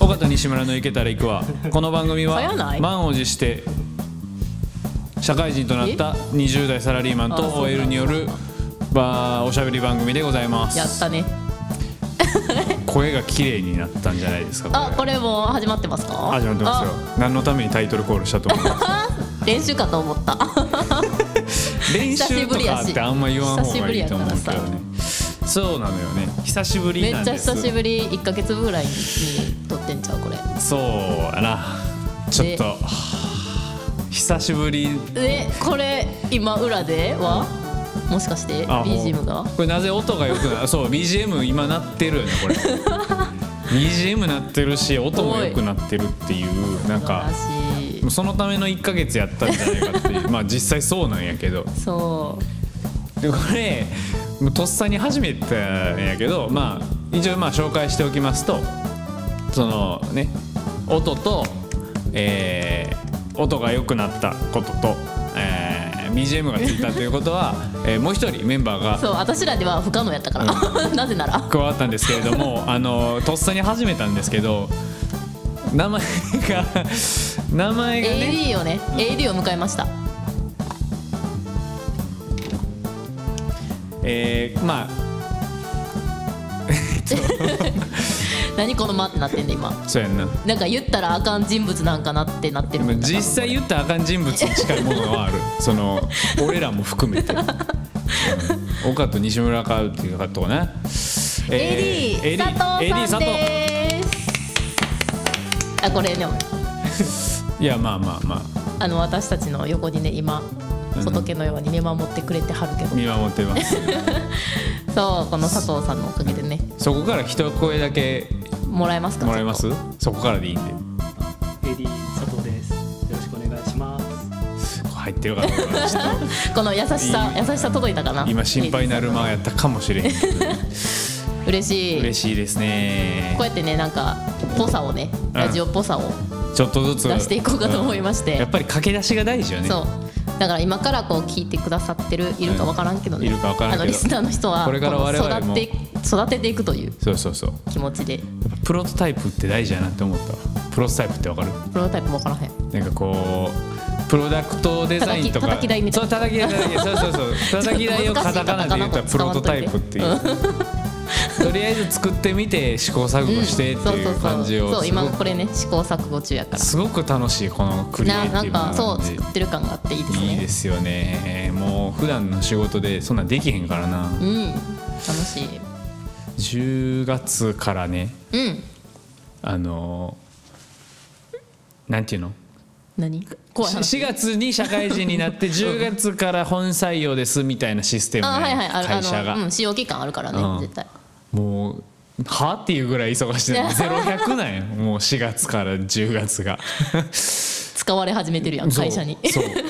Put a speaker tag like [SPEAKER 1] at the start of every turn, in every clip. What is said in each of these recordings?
[SPEAKER 1] 尾形西村の「いけたら行くわ」この番組
[SPEAKER 2] 早な
[SPEAKER 1] はい満を持して社会人となった20代サラリーマン
[SPEAKER 2] あそうなん
[SPEAKER 1] と
[SPEAKER 2] だ
[SPEAKER 1] OL によるばおしゃべり番組でございま
[SPEAKER 2] やっ
[SPEAKER 1] す
[SPEAKER 2] たね
[SPEAKER 1] 声が綺麗になったんじゃないですか
[SPEAKER 2] あこれもう始まってますか
[SPEAKER 1] 始まってますよ何のためにタイトルコールしたと思います
[SPEAKER 2] あ練習かと思った
[SPEAKER 1] 練習とかってあんま言わん方がいいと思うけ
[SPEAKER 2] 久し
[SPEAKER 1] ど
[SPEAKER 2] ぶり
[SPEAKER 1] ねそうなのよね久しぶ
[SPEAKER 2] め
[SPEAKER 1] りな
[SPEAKER 2] っ
[SPEAKER 1] ん
[SPEAKER 2] ちゃ
[SPEAKER 1] です
[SPEAKER 2] 久しぶり1か月ぐらいに撮ってんちゃうこれ
[SPEAKER 1] そうやなちょっと久しぶり
[SPEAKER 2] でこれ今裏ではもしかして
[SPEAKER 1] あ
[SPEAKER 2] BGM が
[SPEAKER 1] これなぜ音が良くな そう BGM 今鳴ってるよねこれ BGM 鳴ってるし音も良くなってるっていうなんか
[SPEAKER 2] 素晴らしい
[SPEAKER 1] そのための1ヶ月やったんじゃないかって いうまあ実際そうなんやけど
[SPEAKER 2] そう
[SPEAKER 1] でこれもうとっさに始めたんやけどまあ一応まあ紹介しておきますとそのね音と、えー音が良くなったことと、えー BGM がついたということは、えーもう一人メンバーが
[SPEAKER 2] そう私らでは不可能やったから、 なぜなら
[SPEAKER 1] 加わったんですけれども あのとっさに始めたんですけど名前が 名前がね
[SPEAKER 2] AD をね AD を迎えました
[SPEAKER 1] えーま
[SPEAKER 2] 何この間ってなってんで今
[SPEAKER 1] あそうやんな
[SPEAKER 2] なんか言ったらあかん人物なんかなってなって
[SPEAKER 1] で
[SPEAKER 2] る
[SPEAKER 1] も
[SPEAKER 2] もん
[SPEAKER 1] 実際言ったらあかん人物に近いものはあるその俺らも含 めて、うん、岡と西村かっていうかとね
[SPEAKER 2] AD
[SPEAKER 1] ー
[SPEAKER 2] 佐
[SPEAKER 1] AD
[SPEAKER 2] 藤
[SPEAKER 1] 佐
[SPEAKER 2] さん
[SPEAKER 1] 藤
[SPEAKER 2] ですあこれでも
[SPEAKER 1] いやまあまあま
[SPEAKER 2] あの私たちの横にね今
[SPEAKER 1] うん
[SPEAKER 2] 仏のように見守ってくれてはるけど
[SPEAKER 1] あ、見守ってます
[SPEAKER 2] そうこの佐藤さんのおかげでね
[SPEAKER 1] そこから一声だけ
[SPEAKER 2] もらえますか
[SPEAKER 1] もらえます
[SPEAKER 2] ちょっ
[SPEAKER 1] そこからでいいんで
[SPEAKER 3] AD 佐藤です。よろしくお願いします。
[SPEAKER 1] 入ってるかどうかちょっと
[SPEAKER 2] とこの優しさ優しさ届いたかな
[SPEAKER 1] 今心配なる間
[SPEAKER 2] AD
[SPEAKER 1] やったかもしれんけど
[SPEAKER 2] さん嬉しい
[SPEAKER 1] 嬉しいですね
[SPEAKER 2] こうやってねなんかぽさをねラジオっぽさを、
[SPEAKER 1] ちょっとずつ
[SPEAKER 2] 出していこうかと思いまして
[SPEAKER 1] うんやっぱり駆け出しが大事よね
[SPEAKER 2] そうだから今からこう聞いてくださってるいるかわからんけどね、
[SPEAKER 1] うんいるかわからんけど
[SPEAKER 2] あのリスナーの人は
[SPEAKER 1] これから我々も
[SPEAKER 2] こう育て育てていくという
[SPEAKER 1] そうそうそう
[SPEAKER 2] 気持ちで
[SPEAKER 1] やっぱプロトタイプって大事やなって思ったわプロトタイプってわかる
[SPEAKER 2] プロタイプもわからへん
[SPEAKER 1] なんかこうプロダクトデザインとか
[SPEAKER 2] 叩き叩き台みたいな
[SPEAKER 1] そう叩き台叩き台そうそう そう叩き台をカタカナで言ったらプロトタイプっていうとりあえず作ってみて試行錯誤してって
[SPEAKER 2] そう
[SPEAKER 1] い
[SPEAKER 2] そう
[SPEAKER 1] う感じ
[SPEAKER 2] そう
[SPEAKER 1] を
[SPEAKER 2] そう
[SPEAKER 1] すご
[SPEAKER 2] 今
[SPEAKER 1] く
[SPEAKER 2] これね試行錯誤中やから
[SPEAKER 1] すごく楽しいこのクリエイテ
[SPEAKER 2] なな
[SPEAKER 1] ィ
[SPEAKER 2] ん
[SPEAKER 1] ブな
[SPEAKER 2] かそ
[SPEAKER 1] 感
[SPEAKER 2] う
[SPEAKER 1] じ
[SPEAKER 2] 作ってる感があっていいです
[SPEAKER 1] い
[SPEAKER 2] ね
[SPEAKER 1] いですよねもう普段の仕事でそんなんできへんからな
[SPEAKER 2] うん楽しい
[SPEAKER 1] 10月からね
[SPEAKER 2] うん
[SPEAKER 1] あのなんていうの
[SPEAKER 2] 何怖い話
[SPEAKER 1] 4月に社会人になって 10月から本採用ですみたいなシステムな
[SPEAKER 2] あ
[SPEAKER 1] の
[SPEAKER 2] はいはいあ
[SPEAKER 1] 会社
[SPEAKER 2] あの、う
[SPEAKER 1] が
[SPEAKER 2] ん、使用期間あるからね、
[SPEAKER 1] うん
[SPEAKER 2] 絶対
[SPEAKER 1] もうはっていうぐらい忙 しい0100なんよもう4月から10月が
[SPEAKER 2] 使われ始めてるやん 会社に
[SPEAKER 1] そうそう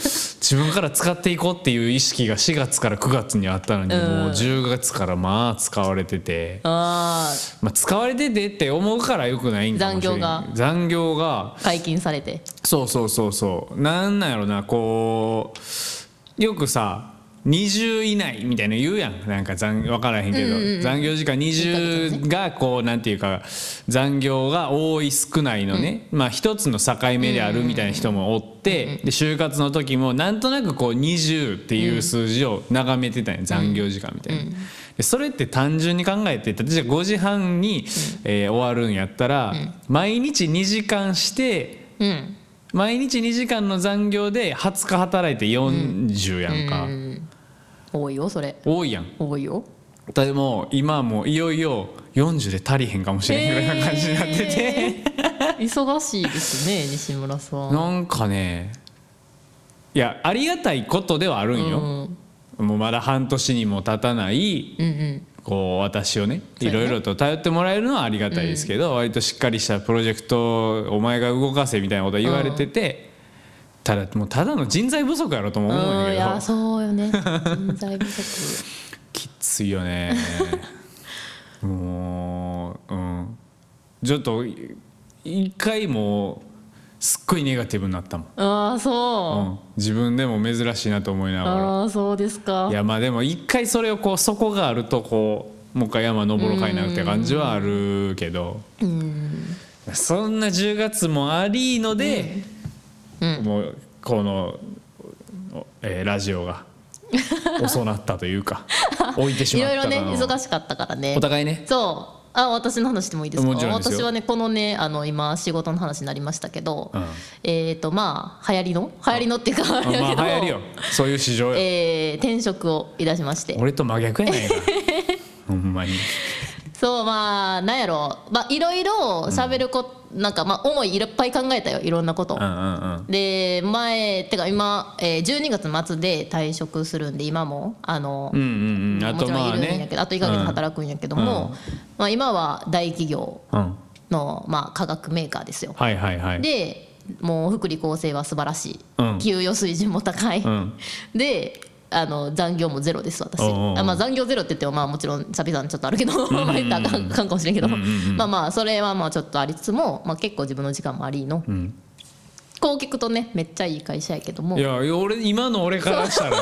[SPEAKER 1] 自分から使っていこうっていう意識が4月から9月にあったのに、
[SPEAKER 2] うん
[SPEAKER 1] もう10月からまあ使われてて、
[SPEAKER 2] あ
[SPEAKER 1] まあ、使われててって思うからよくないんかもしれん
[SPEAKER 2] 残業が
[SPEAKER 1] 残業が
[SPEAKER 2] ー解禁されて
[SPEAKER 1] そうそうそうそうなんなんやろなこうよくさ20以内みたいな言うやんなんか残分からへんけど、残業時間20がこうなんていうか残業が多い少ないのね、まあ一つの境目であるみたいな人もおって、で就活の時もなんとなくこう20っていう数字を眺めてたんや残業時間みたいな。でそれって単純に考えて例えば5時半に、えー終わるんやったら、毎日2時間して
[SPEAKER 2] うん
[SPEAKER 1] 毎日2時間の残業で20日働いて40やんか、
[SPEAKER 2] 多いよそれ
[SPEAKER 1] 多いやん
[SPEAKER 2] 多いよ
[SPEAKER 1] でも今はもういよいよ40で足りへんかもしれんぐらいな感じになってて、
[SPEAKER 2] えー 忙しいですね西村さん
[SPEAKER 1] なんかねいやありがたいことではあるん
[SPEAKER 2] う
[SPEAKER 1] よ、
[SPEAKER 2] ん
[SPEAKER 1] もうまだ半年にも経たない
[SPEAKER 2] うんうん
[SPEAKER 1] こう私をね
[SPEAKER 2] そう
[SPEAKER 1] い
[SPEAKER 2] やね
[SPEAKER 1] ろいろと頼ってもらえるのはありがたいですけど、割としっかりしたプロジェクトをお前が動かせみたいなことは言われてて、ただもうただの人材不足やろとも思うんや
[SPEAKER 2] うんい
[SPEAKER 1] けど
[SPEAKER 2] やそうよね人材不足
[SPEAKER 1] きついよ ねもううんちょっとい一回もうすっごいネガティブになったもん、
[SPEAKER 2] ああ
[SPEAKER 1] う
[SPEAKER 2] そ
[SPEAKER 1] ん、自分でも珍しいなと思いうなが
[SPEAKER 2] ああそうですから
[SPEAKER 1] いやまあでも一回それをこう底があるとこうもう一回山登ろうかいなって感じはあるけど
[SPEAKER 2] うん
[SPEAKER 1] そんな10月もありので、
[SPEAKER 2] うん
[SPEAKER 1] もうこの、おえーラジオが遅なったという か置いてし
[SPEAKER 2] い
[SPEAKER 1] まっ
[SPEAKER 2] ろい
[SPEAKER 1] た
[SPEAKER 2] ろ
[SPEAKER 1] と
[SPEAKER 2] ね忙しかったからね
[SPEAKER 1] お互いね
[SPEAKER 2] そうあ私の話してもいいですか
[SPEAKER 1] もちろんですよ
[SPEAKER 2] 私はねこのねあの今仕事の話になりましたけど、
[SPEAKER 1] うん
[SPEAKER 2] えっ、とまあ流行りの流行りのっていうかあれ
[SPEAKER 1] ま
[SPEAKER 2] や
[SPEAKER 1] あ
[SPEAKER 2] けど、
[SPEAKER 1] 流行りよそういう市場よ、
[SPEAKER 2] えー転職をいたしまして
[SPEAKER 1] 俺と真逆や ないかほんまに
[SPEAKER 2] そうまあなんやろまあいろいろ喋るこ、なんかまあ思いいっぱい考えたよいろんなこと、
[SPEAKER 1] うんうん
[SPEAKER 2] で前てか今、えー12月末で退職するんで今もあの、
[SPEAKER 1] うんうんうんあ
[SPEAKER 2] も
[SPEAKER 1] と
[SPEAKER 2] ちろん
[SPEAKER 1] まあ
[SPEAKER 2] いるんや
[SPEAKER 1] ね
[SPEAKER 2] けどあと1ヶ月働くんやけども、まあ、今は大企業
[SPEAKER 1] うん、うん
[SPEAKER 2] の、まあ、化学メーカーですよ
[SPEAKER 1] はいはいはい
[SPEAKER 2] でもう福利厚生は素晴らしい、
[SPEAKER 1] うん
[SPEAKER 2] 給与水準も高い、
[SPEAKER 1] うん
[SPEAKER 2] であの残業もゼロです私
[SPEAKER 1] おうおうおう
[SPEAKER 2] あまあ、残業ゼロって言っても、まあ、もちろん久々にちょっとあるけどまあ言ったらあかんあかんかもしれんけど、まあまあそれはまあちょっとありつつも、まあ、結構自分の時間もありの、
[SPEAKER 1] ん
[SPEAKER 2] こう聞くとねめっちゃいい会社やけども
[SPEAKER 1] いや俺今の俺からした ら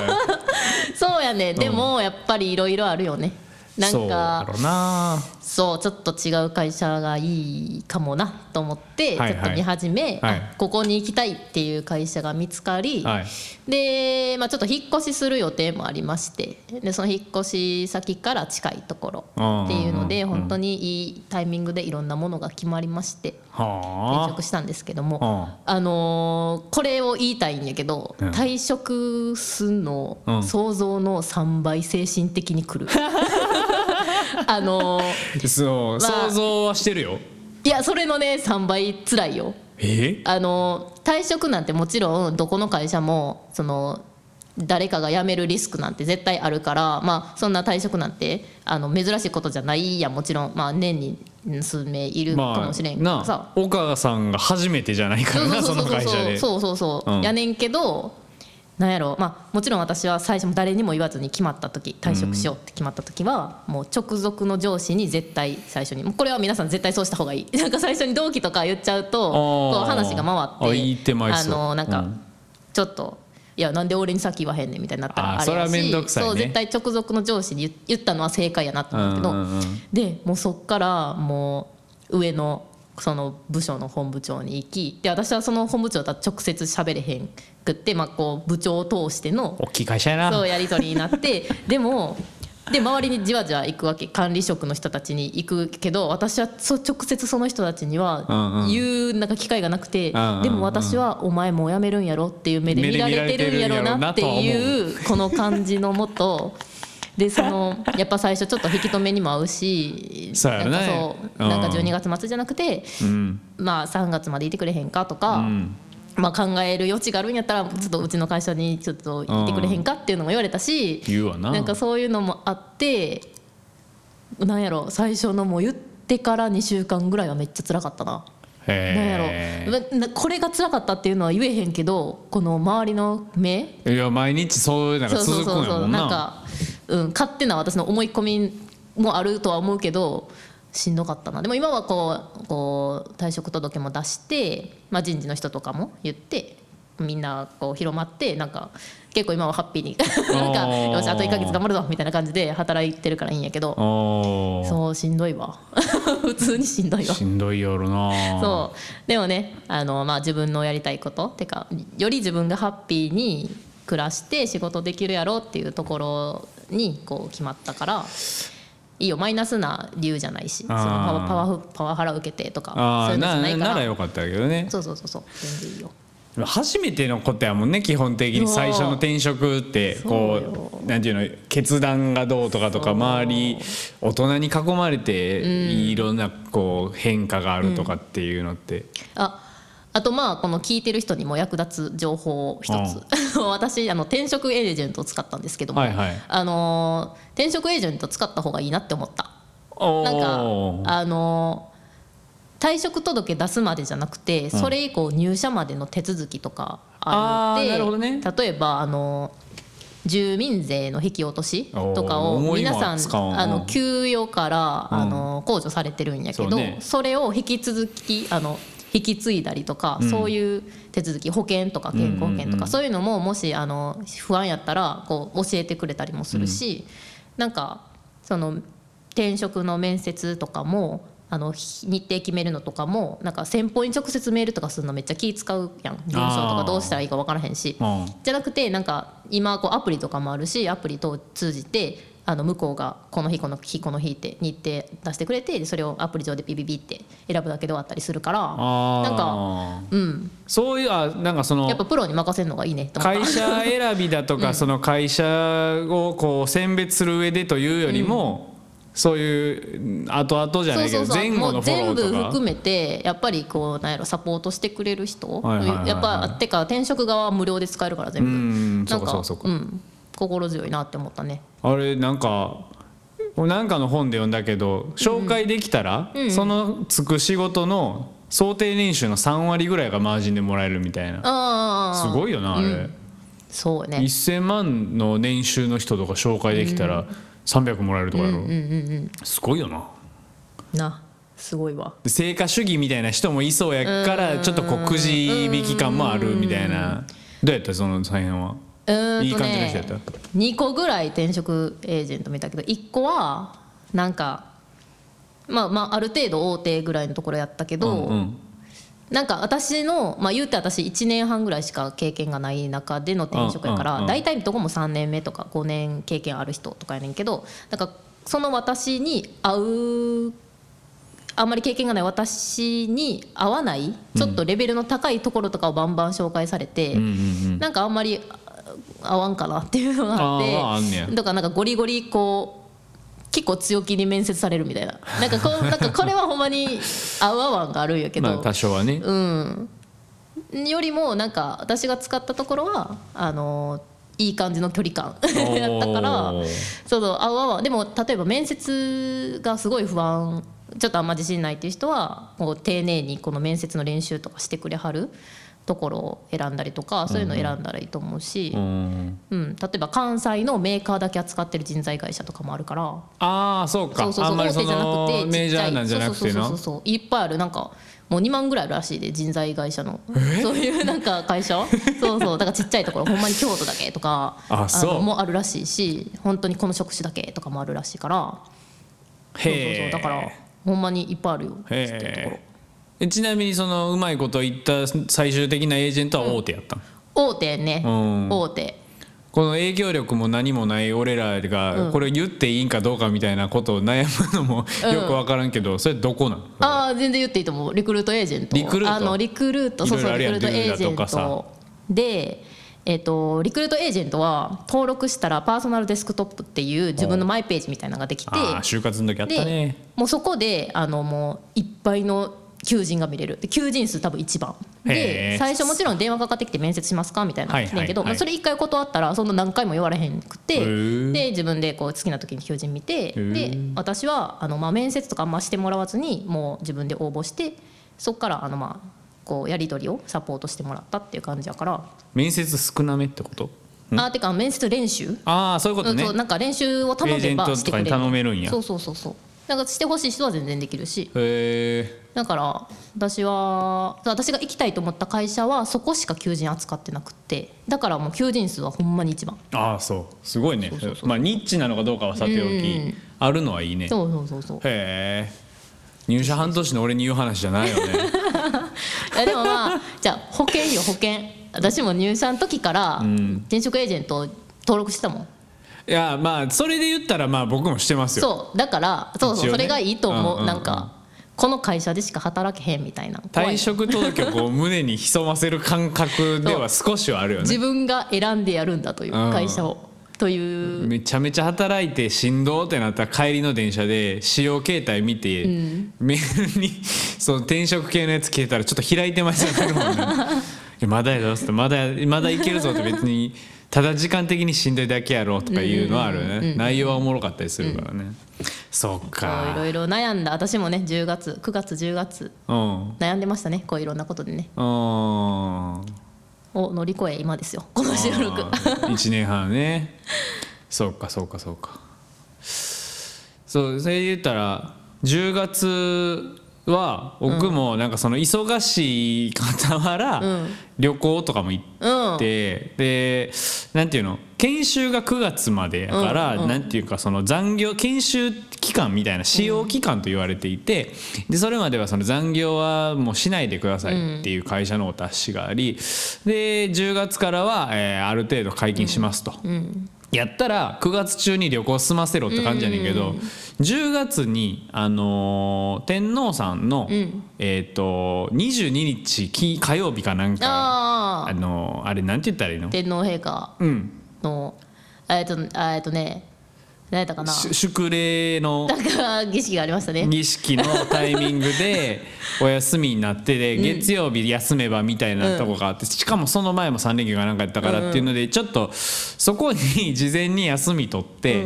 [SPEAKER 2] そうやねでもやっぱりいろいろあるよねなん
[SPEAKER 1] そうだ
[SPEAKER 2] か
[SPEAKER 1] ろうな
[SPEAKER 2] そうちょっと違う会社がいいかもなと思ってちょ
[SPEAKER 1] はいはい
[SPEAKER 2] っと見始め、
[SPEAKER 1] はい
[SPEAKER 2] あここに行きたいっていう会社が見つかり、
[SPEAKER 1] はい
[SPEAKER 2] で、まあ、ちょっと引っ越しする予定もありましてでその引っ越し先から近いところっていうので
[SPEAKER 1] うんうんうんうん
[SPEAKER 2] 本当にいいタイミングでいろんなものが決まりまして転
[SPEAKER 1] は
[SPEAKER 2] 職したんですけど
[SPEAKER 1] あう
[SPEAKER 2] も。
[SPEAKER 1] ん
[SPEAKER 2] あのーこれを言いたいんやけど、
[SPEAKER 1] うん
[SPEAKER 2] 退職すんの、
[SPEAKER 1] うん
[SPEAKER 2] 想像の3倍精神的にくる あのー
[SPEAKER 1] そう、
[SPEAKER 2] まあ
[SPEAKER 1] 想像はしてるよ
[SPEAKER 2] いやそれのね3倍辛いよ
[SPEAKER 1] え
[SPEAKER 2] あの退職なんてもちろんどこの会社もその誰かが辞めるリスクなんて絶対あるから、まあ、そんな退職なんてあの珍しいことじゃないやんもちろん、まあ、年に数名いるか
[SPEAKER 1] ま
[SPEAKER 2] もしれん
[SPEAKER 1] あ
[SPEAKER 2] けど
[SPEAKER 1] な
[SPEAKER 2] さ
[SPEAKER 1] あ、岡川さんが初めてじゃないからなその会社で
[SPEAKER 2] そうそうそうそうそうそうそう、
[SPEAKER 1] うん
[SPEAKER 2] やねんけどなんやろまあもちろん私は最初も誰にも言わずに決まった時退職しようって決まった時は、もう直属の上司に絶対最初にもうこれは皆さん絶対そうした方がいい なんか最初に同期とか言っちゃうとこう話が回
[SPEAKER 1] あ
[SPEAKER 2] って
[SPEAKER 1] いい手前っ
[SPEAKER 2] あ
[SPEAKER 1] すわ
[SPEAKER 2] のなんか、
[SPEAKER 1] うん
[SPEAKER 2] ちょっと。いやなんで俺に先言わへんねんみたいになったら
[SPEAKER 1] あー
[SPEAKER 2] あれやし
[SPEAKER 1] それは面倒くさいね
[SPEAKER 2] そう絶対直属の上司に言言ったのは正解やなと思うけど、
[SPEAKER 1] うんうんうん
[SPEAKER 2] でもうそっからもう上のその部署の本部長に行きで私はその本部長とは直接喋れへんくって、まあ、こう部長を通しての
[SPEAKER 1] 大きい会社やな
[SPEAKER 2] そうやり取りになって でもで周りにじわじわ行くわけ管理職の人たちに行くけど私はそう直接その人たちに
[SPEAKER 1] うん
[SPEAKER 2] は
[SPEAKER 1] うん
[SPEAKER 2] 言うなんか機会がなくて、
[SPEAKER 1] うんうんうん
[SPEAKER 2] でも私は「お前もう辞めるんやろ」っていう目で
[SPEAKER 1] 目
[SPEAKER 2] 見
[SPEAKER 1] で
[SPEAKER 2] ら
[SPEAKER 1] 見ら
[SPEAKER 2] れ
[SPEAKER 1] れ
[SPEAKER 2] て
[SPEAKER 1] て
[SPEAKER 2] るん
[SPEAKER 1] るん
[SPEAKER 2] や
[SPEAKER 1] や
[SPEAKER 2] ろ
[SPEAKER 1] ろ
[SPEAKER 2] う
[SPEAKER 1] う
[SPEAKER 2] な
[SPEAKER 1] な
[SPEAKER 2] って
[SPEAKER 1] とは思う
[SPEAKER 2] いうこの感じのもと。でそのやっぱ最初ちょっと引き止めにも合うし
[SPEAKER 1] そうや
[SPEAKER 2] な
[SPEAKER 1] ね
[SPEAKER 2] んかそ
[SPEAKER 1] う
[SPEAKER 2] う
[SPEAKER 1] ん
[SPEAKER 2] なんか12月末じゃなくて、
[SPEAKER 1] うん
[SPEAKER 2] まあ、3月までいてくれへんかとか、
[SPEAKER 1] ん
[SPEAKER 2] まあ、考える余地があるんやったらちょっとうちの会社にちょっといてくれへんかっていうのも言われたし、
[SPEAKER 1] 言うわな
[SPEAKER 2] なんかそういうのもあってなんやろ最初のもう言ってから2週間ぐらいはめっちゃ辛かったな。なんやろ
[SPEAKER 1] へ
[SPEAKER 2] ななこれが辛かったっていうのは言えへんけどこの周りの目
[SPEAKER 1] えいや毎日そういうのが続くんやもん
[SPEAKER 2] なん
[SPEAKER 1] な
[SPEAKER 2] か、うん、勝手な私の思い込みもあるとは思うけどしんどかったなでも今はこうこう退職届も出して、まあ、人事の人とかも言ってみんなこう広まってなんか結構今はハッピーになんか
[SPEAKER 1] おー
[SPEAKER 2] よしあと1か月頑張るぞみたいな感じで働いてるからいいんやけど
[SPEAKER 1] おー
[SPEAKER 2] そうしんどいわ 普通にしんどいわ
[SPEAKER 1] しんどいやろな
[SPEAKER 2] そうでもねあの、まあ、自分のやりたいことてかより自分がハッピーに暮らして仕事できるやろうっていうところにこう決まったからいいよマイナスな理由じゃないしそ
[SPEAKER 1] あ
[SPEAKER 2] の
[SPEAKER 1] ー
[SPEAKER 2] パワパワフパワハラ受けてとか
[SPEAKER 1] あ
[SPEAKER 2] そうい
[SPEAKER 1] あ
[SPEAKER 2] うのじゃ
[SPEAKER 1] な
[SPEAKER 2] ない
[SPEAKER 1] な
[SPEAKER 2] から
[SPEAKER 1] らよかったけどね
[SPEAKER 2] そうそうそうそう全然いいよ
[SPEAKER 1] 初めてのことやもんね基本的に
[SPEAKER 2] そう
[SPEAKER 1] 最初の転職ってこうなんていうの決断がどうとかとか周り大人に囲まれていろんなこう変化があるとかっていうのって、
[SPEAKER 2] ああとまあこの聞いてる人にも役立つ情報を一つ 私あの転職エージェントを使ったんですけども、
[SPEAKER 1] はいはい
[SPEAKER 2] あのー転職エージェント使った方がいいなって思った
[SPEAKER 1] お
[SPEAKER 2] なん
[SPEAKER 1] ー
[SPEAKER 2] かあの退職届出すまでじゃなくてそれ以降入社までの手続きとかあるので、
[SPEAKER 1] あーなるほどね
[SPEAKER 2] 例えばあの住民税の引き落としとか
[SPEAKER 1] おー
[SPEAKER 2] を
[SPEAKER 1] 重いの
[SPEAKER 2] 皆
[SPEAKER 1] は
[SPEAKER 2] さ
[SPEAKER 1] 使わ
[SPEAKER 2] ん
[SPEAKER 1] ん
[SPEAKER 2] あ
[SPEAKER 1] う
[SPEAKER 2] の
[SPEAKER 1] ん
[SPEAKER 2] 給与からあの控除されてるんやけど
[SPEAKER 1] そ
[SPEAKER 2] そう
[SPEAKER 1] ね
[SPEAKER 2] れを引き続きあの引き継いだりとか、そういう手続き保険とか健康保険とか、そういうのももしあの不安やったらこう教えてくれたりもするし、なんかその転職の面接とかもあの日日程決めるのとかもなんか先方に直接メールとかするのめっちゃ気使うやん文章とかどうしたらいいか分からへんし
[SPEAKER 1] うん
[SPEAKER 2] じゃなくてなんか今こうアプリとかもあるしアプリと通じてあの向こうがこの日この日この日って日程出してくれてでそれをアプリ上でビビビって選ぶだけで終わったりするから
[SPEAKER 1] あ
[SPEAKER 2] な
[SPEAKER 1] ん
[SPEAKER 2] んか
[SPEAKER 1] か
[SPEAKER 2] うん
[SPEAKER 1] そういうあなんかその
[SPEAKER 2] やっぱプロに任せるのがいいねと思った
[SPEAKER 1] 会社選びだとか、その会社をこう選別する上でというよりも、そういううん後々じゃないけ
[SPEAKER 2] そ
[SPEAKER 1] ど
[SPEAKER 2] うそうそ
[SPEAKER 1] 前
[SPEAKER 2] う
[SPEAKER 1] 後
[SPEAKER 2] も
[SPEAKER 1] の
[SPEAKER 2] う
[SPEAKER 1] フォロー
[SPEAKER 2] 全部
[SPEAKER 1] とか
[SPEAKER 2] 含めてやっぱりこうなんやろサポートしてくれる人、
[SPEAKER 1] はいはいはいはい
[SPEAKER 2] やっぱてか転職側は無料で使えるから全部
[SPEAKER 1] うん
[SPEAKER 2] なん
[SPEAKER 1] そうかそうかそうか
[SPEAKER 2] ん、心強いなって思ったね
[SPEAKER 1] あれなんかなんかの本で読んだけど紹介できたら、そのつく仕事の想定年収の3割ぐらいがマージンでもらえるみたいな
[SPEAKER 2] ああ
[SPEAKER 1] すごいよなあれ、
[SPEAKER 2] そうよね
[SPEAKER 1] 1000万の年収の人とか紹介できたら300もらえるとかやろ、すごいよな
[SPEAKER 2] なすごいわ
[SPEAKER 1] で成果主義みたいな人もいそうやからちょっとこうくじ引き感もあるみたいなどうやったその大変は
[SPEAKER 2] うーんとね
[SPEAKER 1] いい感じの人やった
[SPEAKER 2] 2個ぐらい転職エージェント見たけど1個はなんかまあまあある程度大手ぐらいのところやったけど、
[SPEAKER 1] うんうん
[SPEAKER 2] なんか私の、まあ、言うて私1年半ぐらいしか経験がない中での転職やか
[SPEAKER 1] うんうんう
[SPEAKER 2] ら
[SPEAKER 1] ん
[SPEAKER 2] 大体どこも3年目とか5年経験ある人とかやねんけどなんかその私に合うあんまり経験がない私に合わないちょっとレベルの高いところとかをバンバン紹介されて、
[SPEAKER 1] うんうん
[SPEAKER 2] なんかあんまりあ合わんかなっていうのがあって
[SPEAKER 1] あーあんねや
[SPEAKER 2] だからなんかゴリゴリこう結構強気に面接されるみたいななんかこうなんかこれはほんまに合う合わんがあるんや
[SPEAKER 1] う
[SPEAKER 2] け
[SPEAKER 1] ん
[SPEAKER 2] ど、
[SPEAKER 1] まあ多少はね
[SPEAKER 2] うん、よりもなんか私が使ったところはあのいい感じの距離感やったから
[SPEAKER 1] おー
[SPEAKER 2] そうそうあわわでも例えば面接がすごい不安ちょっとあんま自信ないっていう人はこう丁寧にこの面接の練習とかしてくれはるところを選んだりとかそういうのを選んだらいいと思うし、
[SPEAKER 1] う
[SPEAKER 2] うん
[SPEAKER 1] ん
[SPEAKER 2] 例えば関西のメーカーだけ扱ってる人材会社とかもあるから。
[SPEAKER 1] ああそうか
[SPEAKER 2] そうそう
[SPEAKER 1] あん
[SPEAKER 2] そう
[SPEAKER 1] まり
[SPEAKER 2] 大
[SPEAKER 1] そ
[SPEAKER 2] 手じゃな
[SPEAKER 1] の
[SPEAKER 2] くて
[SPEAKER 1] メジャーなんじゃなくて
[SPEAKER 2] そう
[SPEAKER 1] な
[SPEAKER 2] そうそうそういっぱいあるなんかもう2万ぐらいあるらしいで人材会社のそういうなんか 会社そうそうだからちっちゃいところほんまに京都だけとか
[SPEAKER 1] あそう
[SPEAKER 2] のもあるらしいし本当にこの職種だけとかもあるらしいからそうそうそう
[SPEAKER 1] へえ
[SPEAKER 2] だからほんまにいっぱいあるよ知ってると
[SPEAKER 1] へ
[SPEAKER 2] ころ
[SPEAKER 1] ええちなみにそのうまいこと言った最終的なエージェントは大手やったん、
[SPEAKER 2] 大手ね、
[SPEAKER 1] うん
[SPEAKER 2] 大手
[SPEAKER 1] この影響力も何もない俺らがこれ言っていいんかどうかみたいなことを悩むのもよく分からんけどそれどこなん
[SPEAKER 2] ああ全然言っていいと思うリクルートエージェント
[SPEAKER 1] リクルート
[SPEAKER 2] あのリクルートそう
[SPEAKER 1] いろい
[SPEAKER 2] そ
[SPEAKER 1] ろあ
[SPEAKER 2] う
[SPEAKER 1] る
[SPEAKER 2] リ
[SPEAKER 1] や
[SPEAKER 2] ク
[SPEAKER 1] ん
[SPEAKER 2] ルートエージェ
[SPEAKER 1] ルーラとか
[SPEAKER 2] ン
[SPEAKER 1] さ
[SPEAKER 2] トでえっとリクルートエージェントは登録したらパーソナルデスクトップっていう自分のマイページみたいなのができて
[SPEAKER 1] ああ就活の時あった
[SPEAKER 2] で
[SPEAKER 1] ね
[SPEAKER 2] もうそこであのもういっぱいの求人が見れるで求人数多分1番
[SPEAKER 1] へ
[SPEAKER 2] で
[SPEAKER 1] え
[SPEAKER 2] 最初もちろん電話かかってきて面接しますかみたいなの
[SPEAKER 1] はい
[SPEAKER 2] 来てんけど、
[SPEAKER 1] はいはい
[SPEAKER 2] まあ、それ1回断ったらそんな何回も言われへんくて
[SPEAKER 1] へえ
[SPEAKER 2] で自分でこう好きな時に求人見て
[SPEAKER 1] へ
[SPEAKER 2] で私はあの、まあ、面接とかあんましてもらわずにもう自分で応募してそこからあのまあこうやり取りをサポートしてもらったっていう感じやから、
[SPEAKER 1] 面接少なめってこと
[SPEAKER 2] あてか面接練習
[SPEAKER 1] ああそういうことね
[SPEAKER 2] そうなんか練習を頼
[SPEAKER 1] エージェ
[SPEAKER 2] め
[SPEAKER 1] ント
[SPEAKER 2] ば
[SPEAKER 1] と
[SPEAKER 2] してく
[SPEAKER 1] か
[SPEAKER 2] れ
[SPEAKER 1] に頼めるんや
[SPEAKER 2] そうそうそうそうなんかしてほしい人は全然できるし
[SPEAKER 1] へえ
[SPEAKER 2] だから私は私が行きたいと思った会社はそこしか求人扱ってなくってだからもう求人数はほんまに一番
[SPEAKER 1] ああそうすごいねまあニッチなのかどうかはさておきあるのはいいね
[SPEAKER 2] そうそうそうそう
[SPEAKER 1] へえ入社半年の俺に言う話じゃないよ ね
[SPEAKER 2] いやでも まあじゃあ保険よ保険私も入社の時から転職エージェント登録してたもん、
[SPEAKER 1] いやまあそれで言ったらまあ僕もしてますよ
[SPEAKER 2] そうだからそうそ
[SPEAKER 1] 一
[SPEAKER 2] う、
[SPEAKER 1] 応ね
[SPEAKER 2] それがいいと思う,、
[SPEAKER 1] うんうんうん
[SPEAKER 2] なんかこの会社でしか働けへんみたいな怖い
[SPEAKER 1] 退職届をこう胸に潜ませる感覚では少しはあるよね
[SPEAKER 2] 自分が選んでやるんだという
[SPEAKER 1] うん
[SPEAKER 2] 会社をという
[SPEAKER 1] めちゃめちゃ働いてしんどってなったら帰りの電車で使用形態見て、メールにその転職系のやつ消えたらちょっと開いてましたねいやまだやぞっつってまだやまだいけるぞって別にただ時間的にしんどいだけやろとかいうのはあるよね、内容はおもろかったりするからね、そっ
[SPEAKER 2] い
[SPEAKER 1] か
[SPEAKER 2] ろいろ悩んだ私もね10月9月10月
[SPEAKER 1] うん
[SPEAKER 2] 悩んでましたねこういろんなことでね
[SPEAKER 1] うん
[SPEAKER 2] を乗り越え今ですよこの収録
[SPEAKER 1] あー1年半ねそうかそうかそうかそうそれで言ったら10月は僕もなんかその忙しい傍ら、旅行とかも行って、でなんていうの研修が9月までやから、
[SPEAKER 2] うんうん
[SPEAKER 1] なんていうかその残業研修期間みたいな使用期間と言われていて、でそれまではその残業はもうしないでくださいっていう会社のお達しがありで10月からは、えーある程度解禁しますと。やったら9月中に旅行済ませろって感じやねんけど、10月に、あのー天皇さんの、えー、と22日き火曜日かなんか
[SPEAKER 2] あ
[SPEAKER 1] あ
[SPEAKER 2] あ
[SPEAKER 1] のーあれなんて言ったらいいの
[SPEAKER 2] 天皇陛下
[SPEAKER 1] うん
[SPEAKER 2] のえっとえっとね何やったかな
[SPEAKER 1] し祝礼の
[SPEAKER 2] なんか儀式がありましたね
[SPEAKER 1] 儀式のタイミング でお休みになってで月曜日休めばみたいなとこがあってしかもその前も3連休がなんかやったからっていうのでちょっとそこに事前に休み取って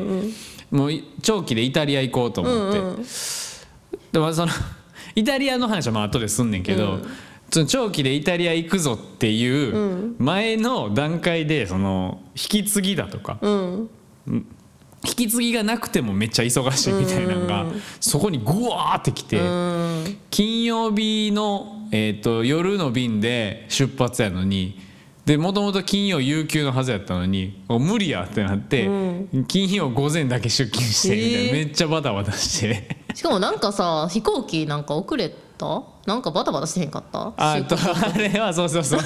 [SPEAKER 1] もうい長期でイタリア行こうと思ってでもその イタリアの話はまあ後ですんねんけどその長期でイタリア行くぞっていう前の段階でその引き継ぎだとか
[SPEAKER 2] うん
[SPEAKER 1] 引き継ぎがなくてもめっちゃ忙しいみたいなのがそこにグワーってきて
[SPEAKER 2] うん
[SPEAKER 1] 金曜日の、えー、と夜の便で出発やのにでもともと金曜有給のはずやったのにお無理やってなって、金曜午前だけ出勤してみたいな、
[SPEAKER 2] えー
[SPEAKER 1] めっちゃバタバタ して。
[SPEAKER 2] しかもなんかさ飛行機なんか遅れたなんかバタバタしてへんかった
[SPEAKER 1] あ
[SPEAKER 2] 出
[SPEAKER 1] とあれはそうそうそう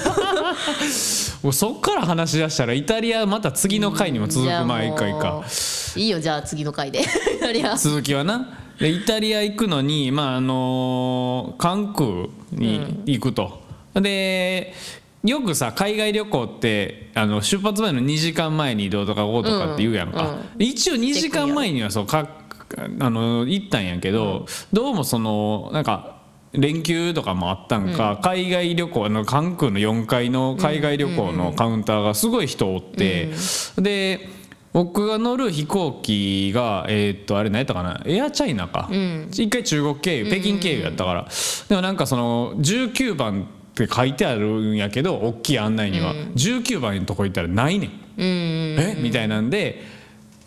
[SPEAKER 1] もうそっから話し出したらイタリアまた次の回にも続
[SPEAKER 2] じゃあ
[SPEAKER 1] く
[SPEAKER 2] もう
[SPEAKER 1] 毎回か。
[SPEAKER 2] いいよじゃあ次の回で やりや
[SPEAKER 1] 続きはなでイタリア行くのに、まああのー関空に行くと、でよくさ海外旅行ってあの出発前の2時間前に移動とかこうとかって言うやんか、一応2時間前にはそうかあの行ったんやけど、どうもそのなんか連休とかもあったんか、海外旅行あの関空の4階の海外旅行のカウンターがすごい人おって、で僕が乗る飛行機がえーっとあれ何やったかなエアチャイナか、一回中国経由北京経由やったから、でもなんかその19番って書いてあるんやけど大きい案内には、19番のとこ行ったらないねん。
[SPEAKER 2] うん
[SPEAKER 1] えみたいなんで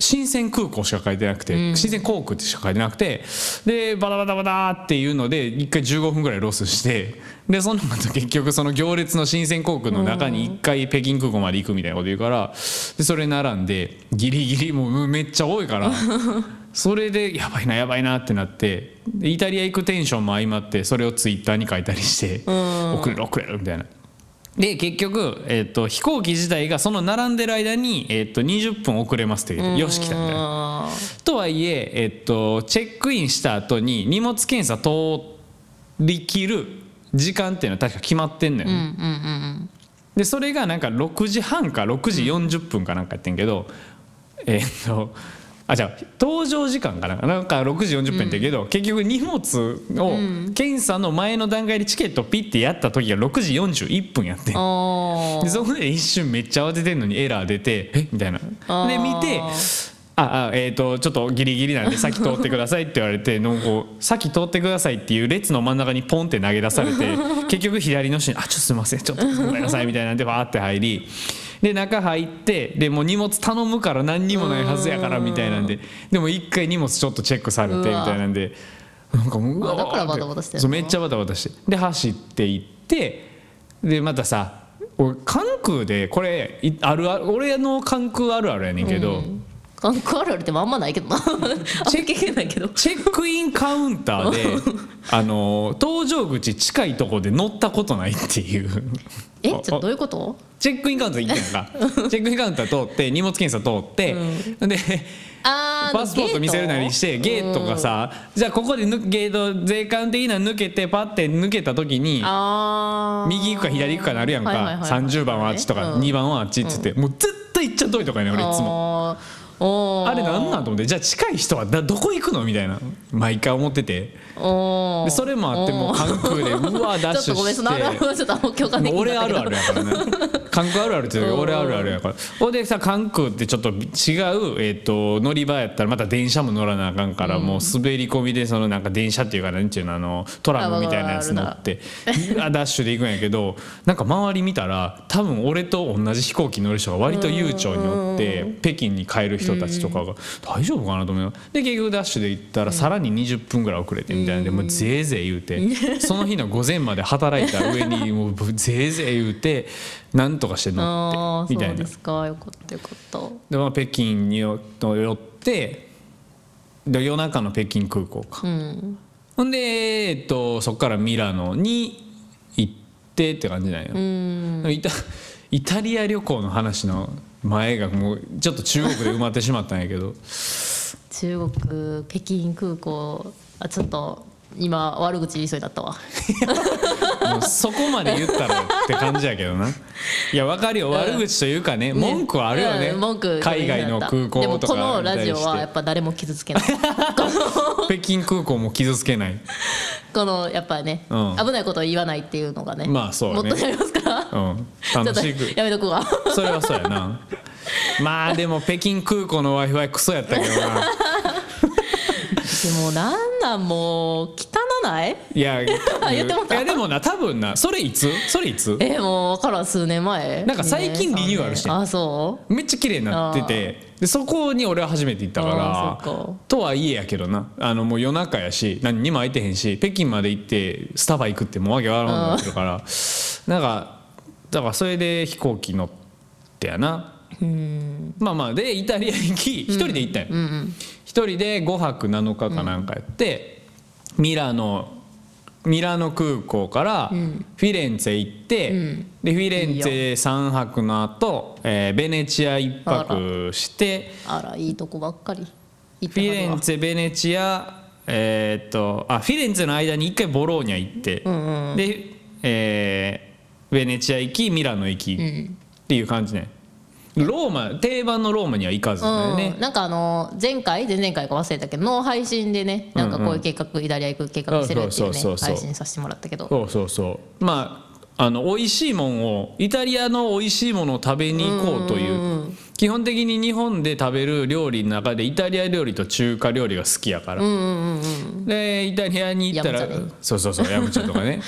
[SPEAKER 1] 新鮮空港しか書いてなくて、新鮮航空ってしか書いてなくてでバタバタバタっていうので一回15分ぐらいロスしてでその後 結局その行列の新鮮航空の中に一回北京空港まで行くみたいなこと言うからでそれ並んでギリギリもうめっちゃ多いから それでやばいなやばいなってなってでイタリア行くテンションも相まってそれをツイッターに書いたりして遅れる遅れるみたいな。で結局、えっと飛行機自体がその並んでる間に、えっと20分遅れますって言って、よし来たみたいな。
[SPEAKER 2] あ
[SPEAKER 1] とはいえ、えっとチェックインした後に荷物検査通りきる時間っていうのは確か決まってんのよね、
[SPEAKER 2] ーうんうん
[SPEAKER 1] でそれがなんか6時半か6時40分かなんかやってんけど、えーっとあじゃあ搭乗時間かななんか6時40分ってけど、結局荷物を検査の前の段階でチケットピッてやった時が6時41分やってん
[SPEAKER 2] うんあ
[SPEAKER 1] で
[SPEAKER 2] ー
[SPEAKER 1] そこで一瞬めっちゃ慌ててんのにエラー出て「えみたいな。
[SPEAKER 2] あー
[SPEAKER 1] で見て「ああえっ、とちょっとギリギリ なんで先通ってください」って言われてなんかこう先通ってください」っていう列の真ん中にポンって投げ出されて 結局左の人に「あちょっとすいませんちょっとごめんなさい」みたいなんでバーって入り。で中入ってでもう荷物頼むから何にもないはずやからみたいなんででも一回荷物ちょっとチェックされてみ
[SPEAKER 2] うわ
[SPEAKER 1] たいなんでなんかもううわーって
[SPEAKER 2] だからバタバタしてんの
[SPEAKER 1] そうめっちゃバタバタしてで走って行ってでまたさ俺関空でこれいあるある俺の関空あるあるやねんけど、
[SPEAKER 2] 韓国あるあるってもあんまないけどなあんま経験ないけど
[SPEAKER 1] チェックインカウンター であの搭乗口近いとこで乗ったことないっていう
[SPEAKER 2] えちょ
[SPEAKER 1] お
[SPEAKER 2] っとどういうこと
[SPEAKER 1] チェックインカウンター行ってんのかチェックインカウンター通って荷物検査通って、で
[SPEAKER 2] あ
[SPEAKER 1] パスポート見せるなりしてゲートがさ、じゃあここでぬゲート税関的なの抜けてパッて抜けた時に
[SPEAKER 2] あー
[SPEAKER 1] 右行くか左行くかなるやんか、
[SPEAKER 2] はいはいはい
[SPEAKER 1] 30番はあっちとか、
[SPEAKER 2] うん
[SPEAKER 1] 2番はあっちっつって、もう絶対行っちゃ遠いとかやね俺いつも
[SPEAKER 2] あーおー
[SPEAKER 1] あれなんなんと思ってじゃあ近い人はだどこ行くのみたいな毎回思ってて
[SPEAKER 2] おー
[SPEAKER 1] でそれもあってもう関空でう わーダッシ
[SPEAKER 2] ちょ
[SPEAKER 1] ュ
[SPEAKER 2] っとごめんそのあるある
[SPEAKER 1] して。
[SPEAKER 2] はちょっとあんま共感でき
[SPEAKER 1] もう
[SPEAKER 2] な
[SPEAKER 1] 俺
[SPEAKER 2] か
[SPEAKER 1] あ
[SPEAKER 2] ったけ
[SPEAKER 1] るあ
[SPEAKER 2] ど
[SPEAKER 1] るやから ね関空あるあるって言うけど俺あるあるやからほんでさ関空ってちょっと違う、えー、と乗り場やったらまた電車も乗らなあかんから、もう滑り込みでそのなんか電車っていうかなんていうのあのトラムみたいなやつ乗ってうわダッシュで行くんやけどなんか周り見たら多分俺と同じ飛行機乗る人が割と悠長におって北京に帰る人人たちとかが大丈夫かなと思いますで結局ダッシュで行ったらさらに20分ぐらい遅れてみたいなんでもうぜいぜい言う てその日の午前まで働いた上にもうぜいぜい言うてなんとかして乗
[SPEAKER 2] あ
[SPEAKER 1] っ
[SPEAKER 2] あ
[SPEAKER 1] てみた
[SPEAKER 2] そう
[SPEAKER 1] いな
[SPEAKER 2] で。すかよかったよかった
[SPEAKER 1] でまあ、北京によ寄ってで夜中の北京空港か、
[SPEAKER 2] うん
[SPEAKER 1] ほんで、えっと、そこからミラノに行ってって感じなんよ、
[SPEAKER 2] うん
[SPEAKER 1] イタイタリア旅行の話の前がもうちょっと中国で埋まってしまったんやけ ど
[SPEAKER 2] 中国北京空港あちょっと今悪口言いそうになったわ
[SPEAKER 1] もうそこまで言ったらって感じやけどないや分かるよ悪口というかね、文句はあるよね、
[SPEAKER 2] うん文句
[SPEAKER 1] 海外の空港
[SPEAKER 2] でも
[SPEAKER 1] と
[SPEAKER 2] こ
[SPEAKER 1] か
[SPEAKER 2] の
[SPEAKER 1] に対
[SPEAKER 2] ラ
[SPEAKER 1] して
[SPEAKER 2] ジオはやっぱ誰も傷 つけない
[SPEAKER 1] 北京空港も傷つけない
[SPEAKER 2] このやっぱね、
[SPEAKER 1] うん
[SPEAKER 2] 危ないことを言わないっていうのがね
[SPEAKER 1] まあそうね
[SPEAKER 2] もっとやりますから、
[SPEAKER 1] うん
[SPEAKER 2] ちょっ
[SPEAKER 1] 楽
[SPEAKER 2] と
[SPEAKER 1] しく
[SPEAKER 2] やめとくわ
[SPEAKER 1] それはそうやなまあでも北京空港の w i f i クソやったけどな
[SPEAKER 2] でもなんなんもう汚ない
[SPEAKER 1] いや
[SPEAKER 2] 言ってもうた
[SPEAKER 1] いやでもな多分なそれいつそれいつ
[SPEAKER 2] えもう分からん数年前
[SPEAKER 1] なんか最近リニューアルしてん
[SPEAKER 2] んあそう
[SPEAKER 1] めっちゃ綺麗になっててでそこに俺は初めて行った
[SPEAKER 2] あ
[SPEAKER 1] か
[SPEAKER 2] ー
[SPEAKER 1] ら
[SPEAKER 2] そっか
[SPEAKER 1] とはいえやけどなあのもう夜中やし何にも空いてへんし北京まで行ってスタバ行くってもうわけわからんくなってるからなんかだからそれで飛行機乗ってやなまあまあでイタリアに行き一人で行ったよ、一人で5泊7日かなんかやって、ミラノミラノ空港からフィレンツェ行って、でフィレンツェ3泊の後、えーベネチア1泊して
[SPEAKER 2] あらいいとこばっかり行
[SPEAKER 1] フ
[SPEAKER 2] って
[SPEAKER 1] ィ
[SPEAKER 2] はる
[SPEAKER 1] レ
[SPEAKER 2] わ
[SPEAKER 1] ンツェベネチアえーっとあフィレンツェの間に1回ボローニャ行って、で、えーベネチア行きミラノ行き、っていう感じねローマ定番のローマには行かずだよね、
[SPEAKER 2] うん、なんかあの前回前々回か忘れたけどの配信でねなんかこういう計画、イタリア行く計画してるっていう
[SPEAKER 1] そう
[SPEAKER 2] ね
[SPEAKER 1] そうそうそう
[SPEAKER 2] 配信させてもらったけど
[SPEAKER 1] そうそうそうまああの美味しいもんをイタリアの美味しいものを食べに行こうという,、基本的に日本で食べる料理の中でイタリア料理と中華料理が好きやから、でイタリアに行ったら
[SPEAKER 2] ヤムチャね
[SPEAKER 1] そうそうそうヤムチャとか ね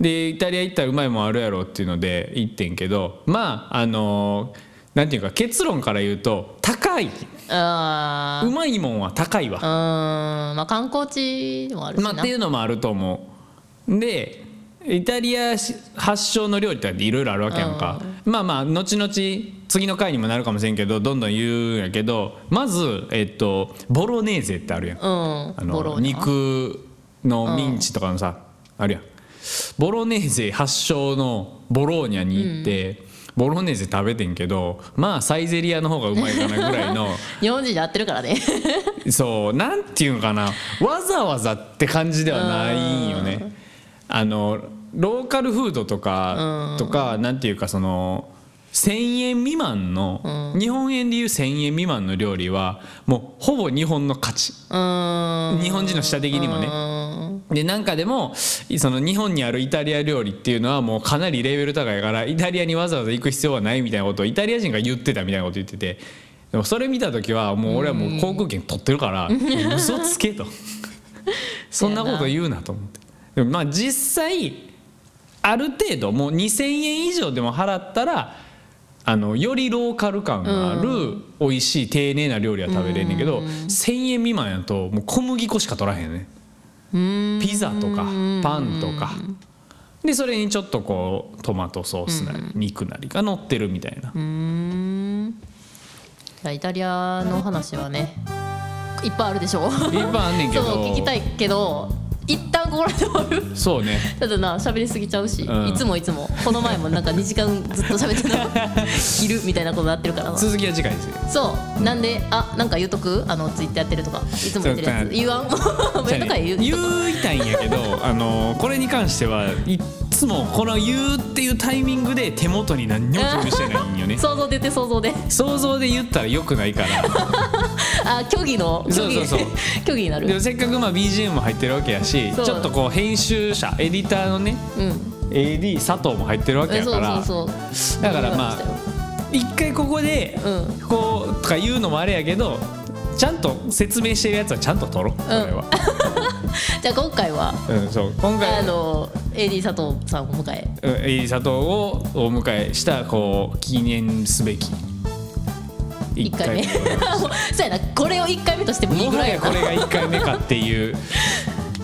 [SPEAKER 1] でイタリア行ったらうまいもんあるやろっていうので行ってんけどまああのなんていうか結論から言うと高い
[SPEAKER 2] あー
[SPEAKER 1] うまいもんは高いわ
[SPEAKER 2] うーんまあ観光地でもあるし
[SPEAKER 1] ま
[SPEAKER 2] な、
[SPEAKER 1] あ、っていうのもあると思うでイタリア発祥の料理っていろいろあるわけやんか、まあまあ後々次の回にもなるかもしれんけどどんどん言うんやけどまず、えっと、ボロネーゼってあるやん、
[SPEAKER 2] うん
[SPEAKER 1] あ
[SPEAKER 2] ボロ
[SPEAKER 1] の
[SPEAKER 2] ーニャ
[SPEAKER 1] 肉のミンチとかのさ、あるやんボロネーゼ発祥のボローニャに行って、ボロネーゼ食べてんけどまあサイゼリアの方がうまいかなぐらいの
[SPEAKER 2] 日本人で合ってるからね
[SPEAKER 1] そうなんていうのかなわざわざって感じではないんよね。あのローカルフードとかとかなんていうかその1,000円未満の日本円でいう1,000円未満の料理はもうほぼ日本の価値
[SPEAKER 2] うーん
[SPEAKER 1] 日本人の舌的にもね
[SPEAKER 2] うーん
[SPEAKER 1] でなんかでもその日本にあるイタリア料理っていうのはもうかなりレベル高いからイタリアにわざわざ行く必要はないみたいなことをイタリア人が言ってたみたいなこと言っててでもそれ見た時はもう俺はもう航空券取ってるから嘘つけ とそんなこと言うなと思ってでもまあ実際ある程度もう2,000円以上でも払ったらあのよりローカル感がある美味しい丁寧な料理は食べれんねんけど1,000円未満やともう小麦粉しか取らへんねん。ピザとかパンとかでそれにちょっとこうトマトソースなり肉なりが乗ってるみたいな
[SPEAKER 2] じゃあイタリアの話はねいっぱいあるでし
[SPEAKER 1] い
[SPEAKER 2] ょ
[SPEAKER 1] っぱいあんねんけ
[SPEAKER 2] そ
[SPEAKER 1] ど
[SPEAKER 2] う聞きたいけど一旦ここらで終わる
[SPEAKER 1] そうね
[SPEAKER 2] ただな喋りすぎちゃうし、
[SPEAKER 1] うん
[SPEAKER 2] いつもいつもこの前もなんか2時間ずっと喋ってた いるみたいなことになってるからな
[SPEAKER 1] 続きは次回ですよ
[SPEAKER 2] そうなんであなんか言うとくあのツイッターやってるとかいつも言ってるや
[SPEAKER 1] そう
[SPEAKER 2] つ
[SPEAKER 1] か
[SPEAKER 2] 言わん 上とか言う
[SPEAKER 1] 言いたいんやけどあのこれに関してはいっつもこの言うっていうタイミングで手元に何にも準備してないんよね
[SPEAKER 2] 想像でて想像で
[SPEAKER 1] 想像で言ったらよくないから
[SPEAKER 2] あ虚偽の虚偽
[SPEAKER 1] そう そうそう
[SPEAKER 2] 虚偽にな
[SPEAKER 1] でも
[SPEAKER 2] る
[SPEAKER 1] せっかくまあ BGM も入ってるわけやし
[SPEAKER 2] そう
[SPEAKER 1] ちょっとこう編集者エディターのね
[SPEAKER 2] うん
[SPEAKER 1] AD 佐藤も入ってるわけ
[SPEAKER 2] え
[SPEAKER 1] や
[SPEAKER 2] そ
[SPEAKER 1] か
[SPEAKER 2] うそう
[SPEAKER 1] ら
[SPEAKER 2] そう
[SPEAKER 1] だからまあ
[SPEAKER 2] わりしたよ
[SPEAKER 1] 一回ここで
[SPEAKER 2] うん
[SPEAKER 1] こうとか言うのもあれやけどちゃんと説明してるやつはちゃんと取ろうこれは、
[SPEAKER 2] じゃあ今回は
[SPEAKER 1] うんそう今
[SPEAKER 2] あ
[SPEAKER 1] 回
[SPEAKER 2] の AD 佐藤さんをお迎え
[SPEAKER 1] うんえい佐藤をお迎えしたこう記念すべき
[SPEAKER 2] 1
[SPEAKER 1] 1
[SPEAKER 2] 回目 そうやなこれを1回目としてもいい
[SPEAKER 1] も
[SPEAKER 2] ぐ
[SPEAKER 1] は
[SPEAKER 2] らい
[SPEAKER 1] や
[SPEAKER 2] や
[SPEAKER 1] こ
[SPEAKER 2] な
[SPEAKER 1] れが1回目かっていう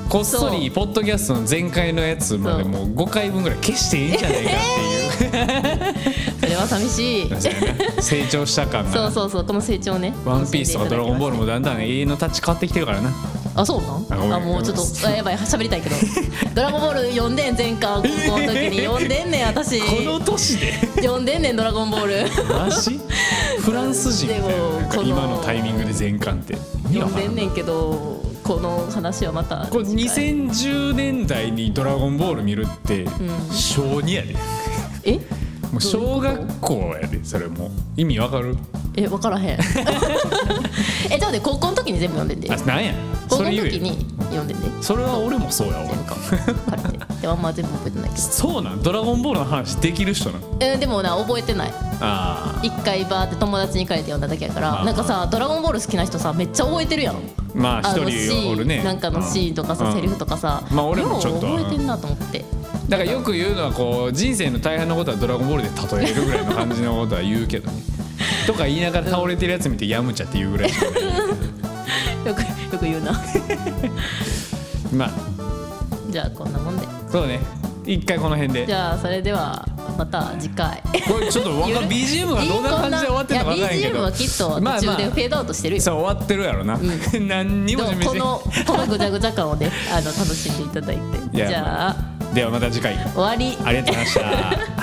[SPEAKER 1] こっそりポッドキャストの前回のやつまでもう5回分ぐらい消していいんじゃないかっていう
[SPEAKER 2] それは寂しい
[SPEAKER 1] そうや な成長した感
[SPEAKER 2] そう
[SPEAKER 1] が
[SPEAKER 2] そうそうこの成長ね
[SPEAKER 1] ワンピースとかドラゴンボール
[SPEAKER 2] も
[SPEAKER 1] もだんだん永遠のタッチ変わってきてるからな
[SPEAKER 2] あそうなん
[SPEAKER 1] あごめん
[SPEAKER 2] あもうちょっとあやばい喋りたいけど 「ドラゴンボール」読んでん前回高校の時に読んでんねん私
[SPEAKER 1] この年で
[SPEAKER 2] 読んでんねん「ドラゴンボール」
[SPEAKER 1] マジフランス人みたい
[SPEAKER 2] で
[SPEAKER 1] な
[SPEAKER 2] も
[SPEAKER 1] なんか
[SPEAKER 2] この
[SPEAKER 1] 今のタイミングで全巻って意味
[SPEAKER 2] 読
[SPEAKER 1] わ
[SPEAKER 2] ん
[SPEAKER 1] から
[SPEAKER 2] でんねんけどこの話はまた
[SPEAKER 1] これ
[SPEAKER 2] 次回
[SPEAKER 1] 2010年代に「ドラゴンボール」見るって小2やで、
[SPEAKER 2] え
[SPEAKER 1] もう小学校やでそれもう意味わかる
[SPEAKER 2] え分からへん えじゃあね高校の時に全部読んでんで
[SPEAKER 1] あなんやそ
[SPEAKER 2] 高校
[SPEAKER 1] れ
[SPEAKER 2] の
[SPEAKER 1] 言え
[SPEAKER 2] 時
[SPEAKER 1] よ
[SPEAKER 2] に読んでんで
[SPEAKER 1] それは俺もそうやわ
[SPEAKER 2] 全部か借りてでもあんま全部覚えてないけど
[SPEAKER 1] そうなん「ドラゴンボール」の話できる人なん
[SPEAKER 2] えーでもな覚えてない
[SPEAKER 1] あ
[SPEAKER 2] 一回バーって友達に借りて読んだだけやから、
[SPEAKER 1] まあ
[SPEAKER 2] なんかさ「ドラゴンボール」好きな人さめっちゃ覚えてるやん
[SPEAKER 1] ーまあ
[SPEAKER 2] あの
[SPEAKER 1] 一
[SPEAKER 2] シ
[SPEAKER 1] 人お
[SPEAKER 2] ー
[SPEAKER 1] る
[SPEAKER 2] ン、
[SPEAKER 1] ね
[SPEAKER 2] なんかのシーンとかさ、
[SPEAKER 1] うん
[SPEAKER 2] セリフとかさ、
[SPEAKER 1] まあ俺もちょっと
[SPEAKER 2] よう覚えてんなと思って、
[SPEAKER 1] だからよく言うのはこう人生の大半のことは「ドラゴンボール」で例えるぐらいの感じのことは言うけどねとか言いながら倒れてるやつ見て「やむちゃ」って言うぐらいしかない
[SPEAKER 2] よくよく言うな
[SPEAKER 1] まあ
[SPEAKER 2] じゃあこんなもんで
[SPEAKER 1] そうね一回この辺で
[SPEAKER 2] じゃあそれではまた次 回
[SPEAKER 1] これちょっとわか
[SPEAKER 2] ゆる
[SPEAKER 1] BGM はどんな感じで終わってるのか分からへんけ
[SPEAKER 2] い
[SPEAKER 1] ど
[SPEAKER 2] や BGM はきっと
[SPEAKER 1] まあ
[SPEAKER 2] 途
[SPEAKER 1] ま
[SPEAKER 2] 中でフ
[SPEAKER 1] あ
[SPEAKER 2] ェードアウトしてるよ、
[SPEAKER 1] そう終わってるやろな、何にも
[SPEAKER 2] で
[SPEAKER 1] 準
[SPEAKER 2] も
[SPEAKER 1] 備し
[SPEAKER 2] こ
[SPEAKER 1] て
[SPEAKER 2] のこのぐちゃぐちゃ感をねあの楽しんでいただいて
[SPEAKER 1] いや
[SPEAKER 2] じゃあ
[SPEAKER 1] ではまた次回
[SPEAKER 2] 終わり
[SPEAKER 1] ありがとうございました